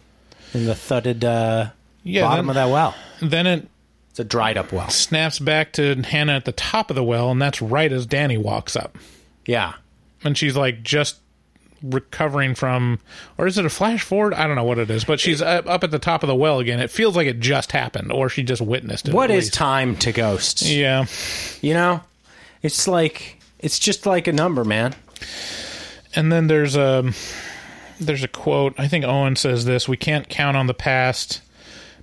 [SPEAKER 4] in the thudded uh,
[SPEAKER 3] Yeah,
[SPEAKER 4] bottom
[SPEAKER 3] then-
[SPEAKER 4] of that well.
[SPEAKER 3] Then it
[SPEAKER 4] It's a dried up well.
[SPEAKER 3] snaps back to Hannah at the top of the well, and that's right as Danny walks up.
[SPEAKER 4] Yeah,
[SPEAKER 3] And she's like just recovering from, or is it a flash forward? I don't know what it is, but she's up, up at the top of the well again. It feels like it just happened, or she just witnessed it.
[SPEAKER 4] what
[SPEAKER 3] at
[SPEAKER 4] is
[SPEAKER 3] least.
[SPEAKER 4] time to ghosts?
[SPEAKER 3] yeah.
[SPEAKER 4] You know, it's like it's just like a number, man.
[SPEAKER 3] And then there's a there's a quote. I think Owen says this: "We can't count on the past.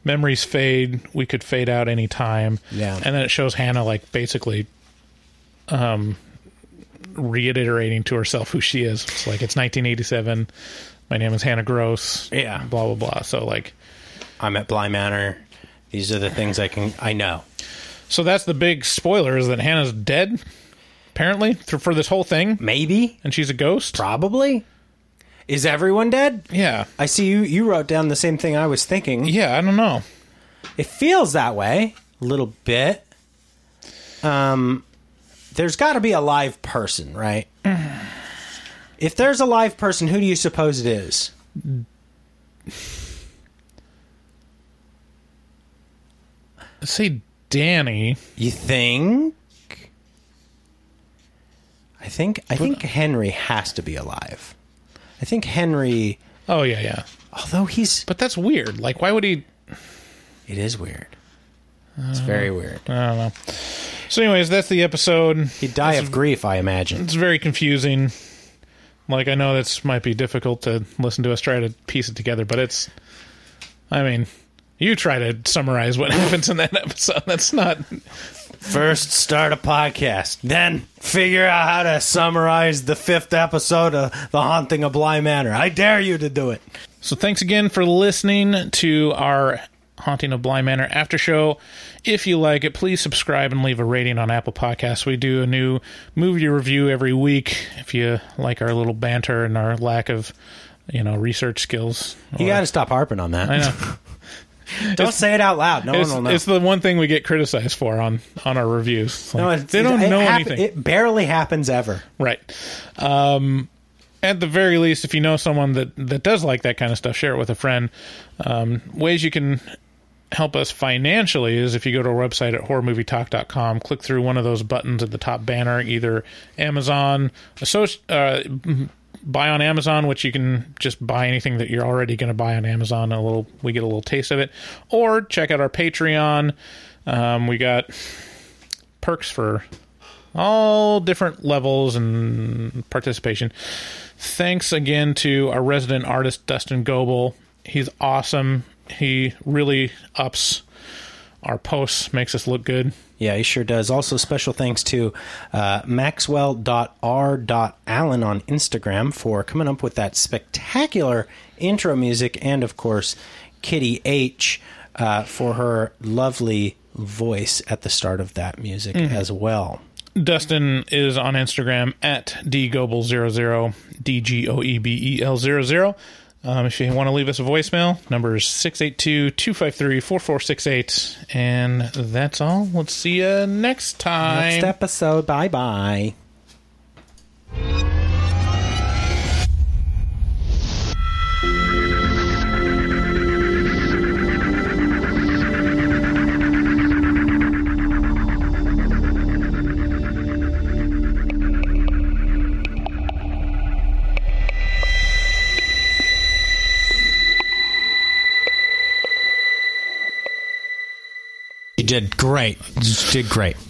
[SPEAKER 3] Memories fade. We could fade out any time."
[SPEAKER 4] Yeah.
[SPEAKER 3] And then it shows Hannah like basically, um, reiterating to herself who she is. It's like it's 1987. My name is Hannah Gross.
[SPEAKER 4] Yeah.
[SPEAKER 3] Blah blah blah. So like,
[SPEAKER 4] I'm at Bly Manor. These are the things I can I know.
[SPEAKER 3] so that's the big spoiler is that Hannah's dead. Apparently, th- for this whole thing,
[SPEAKER 4] Maybe,
[SPEAKER 3] and she's a ghost.
[SPEAKER 4] probably. Is everyone dead?
[SPEAKER 3] Yeah.
[SPEAKER 4] I see you you wrote down the same thing I was thinking.
[SPEAKER 3] Yeah. I don't know.
[SPEAKER 4] It feels that way a little bit. Um there's got to be a live person, right? if there's a live person, who do you suppose it is?
[SPEAKER 3] Let's say Danny.
[SPEAKER 4] You think? I think I think Henry has to be alive. I think Henry,
[SPEAKER 3] Oh yeah, yeah.
[SPEAKER 4] although he's
[SPEAKER 3] But that's weird. Like, why would he?
[SPEAKER 4] It is weird. It's very weird.
[SPEAKER 3] I don't know. So, anyways, that's the episode.
[SPEAKER 4] He'd die of grief, I imagine.
[SPEAKER 3] It's very confusing. Like, I know this might be difficult to listen to us try to piece it together, but it's. I mean, you try to summarize what [LAUGHS] happens in that episode. That's not.
[SPEAKER 4] [LAUGHS] First, start a podcast. Then, figure out how to summarize the fifth episode of The Haunting of Bly Manor. I dare you to do it.
[SPEAKER 3] So, thanks again for listening to our Haunting of Blind Manor after show. If you like it, please subscribe and leave a rating on Apple Podcasts. We do a new movie review every week. If you like our little banter and our lack of, you know, research skills,
[SPEAKER 4] You
[SPEAKER 3] or-
[SPEAKER 4] got to stop harping on that.
[SPEAKER 3] I
[SPEAKER 4] [LAUGHS]
[SPEAKER 3] know.
[SPEAKER 4] Don't say it out loud. No one
[SPEAKER 3] It's,
[SPEAKER 4] will know.
[SPEAKER 3] it's the one thing we get criticized for on on our reviews. It's like,
[SPEAKER 4] No, it's-
[SPEAKER 3] they don't
[SPEAKER 4] it
[SPEAKER 3] know
[SPEAKER 4] hap-
[SPEAKER 3] anything,
[SPEAKER 4] It barely happens ever.
[SPEAKER 3] right? Um, at the very least, if you know someone that that does like that kind of stuff, share it with a friend. Um, ways you can help us financially is if you go to our website at horrormovietalk.com, click through one of those buttons at the top banner, either Amazon, associ- uh, buy on Amazon, which you can just buy anything that you're already going to buy on Amazon. A little, we get a little taste of it, or check out our Patreon. Um, we got perks for all different levels and participation. Thanks again to our resident artist Dustin Goebel. He's awesome. He really ups our posts, makes us look good.
[SPEAKER 4] Yeah, he sure does. Also, special thanks to uh, Maxwell.R.Allen on Instagram for coming up with that spectacular intro music, and of course, Kitty H uh, for her lovely voice at the start of that music as well.
[SPEAKER 3] Dustin is on Instagram at dgoebel00, D G O E B E L 00. Um, if you want to leave us a voicemail, number is 682 253 4468. And that's all. Let's see you next time.
[SPEAKER 4] Next episode. Bye bye. You did great. You did great.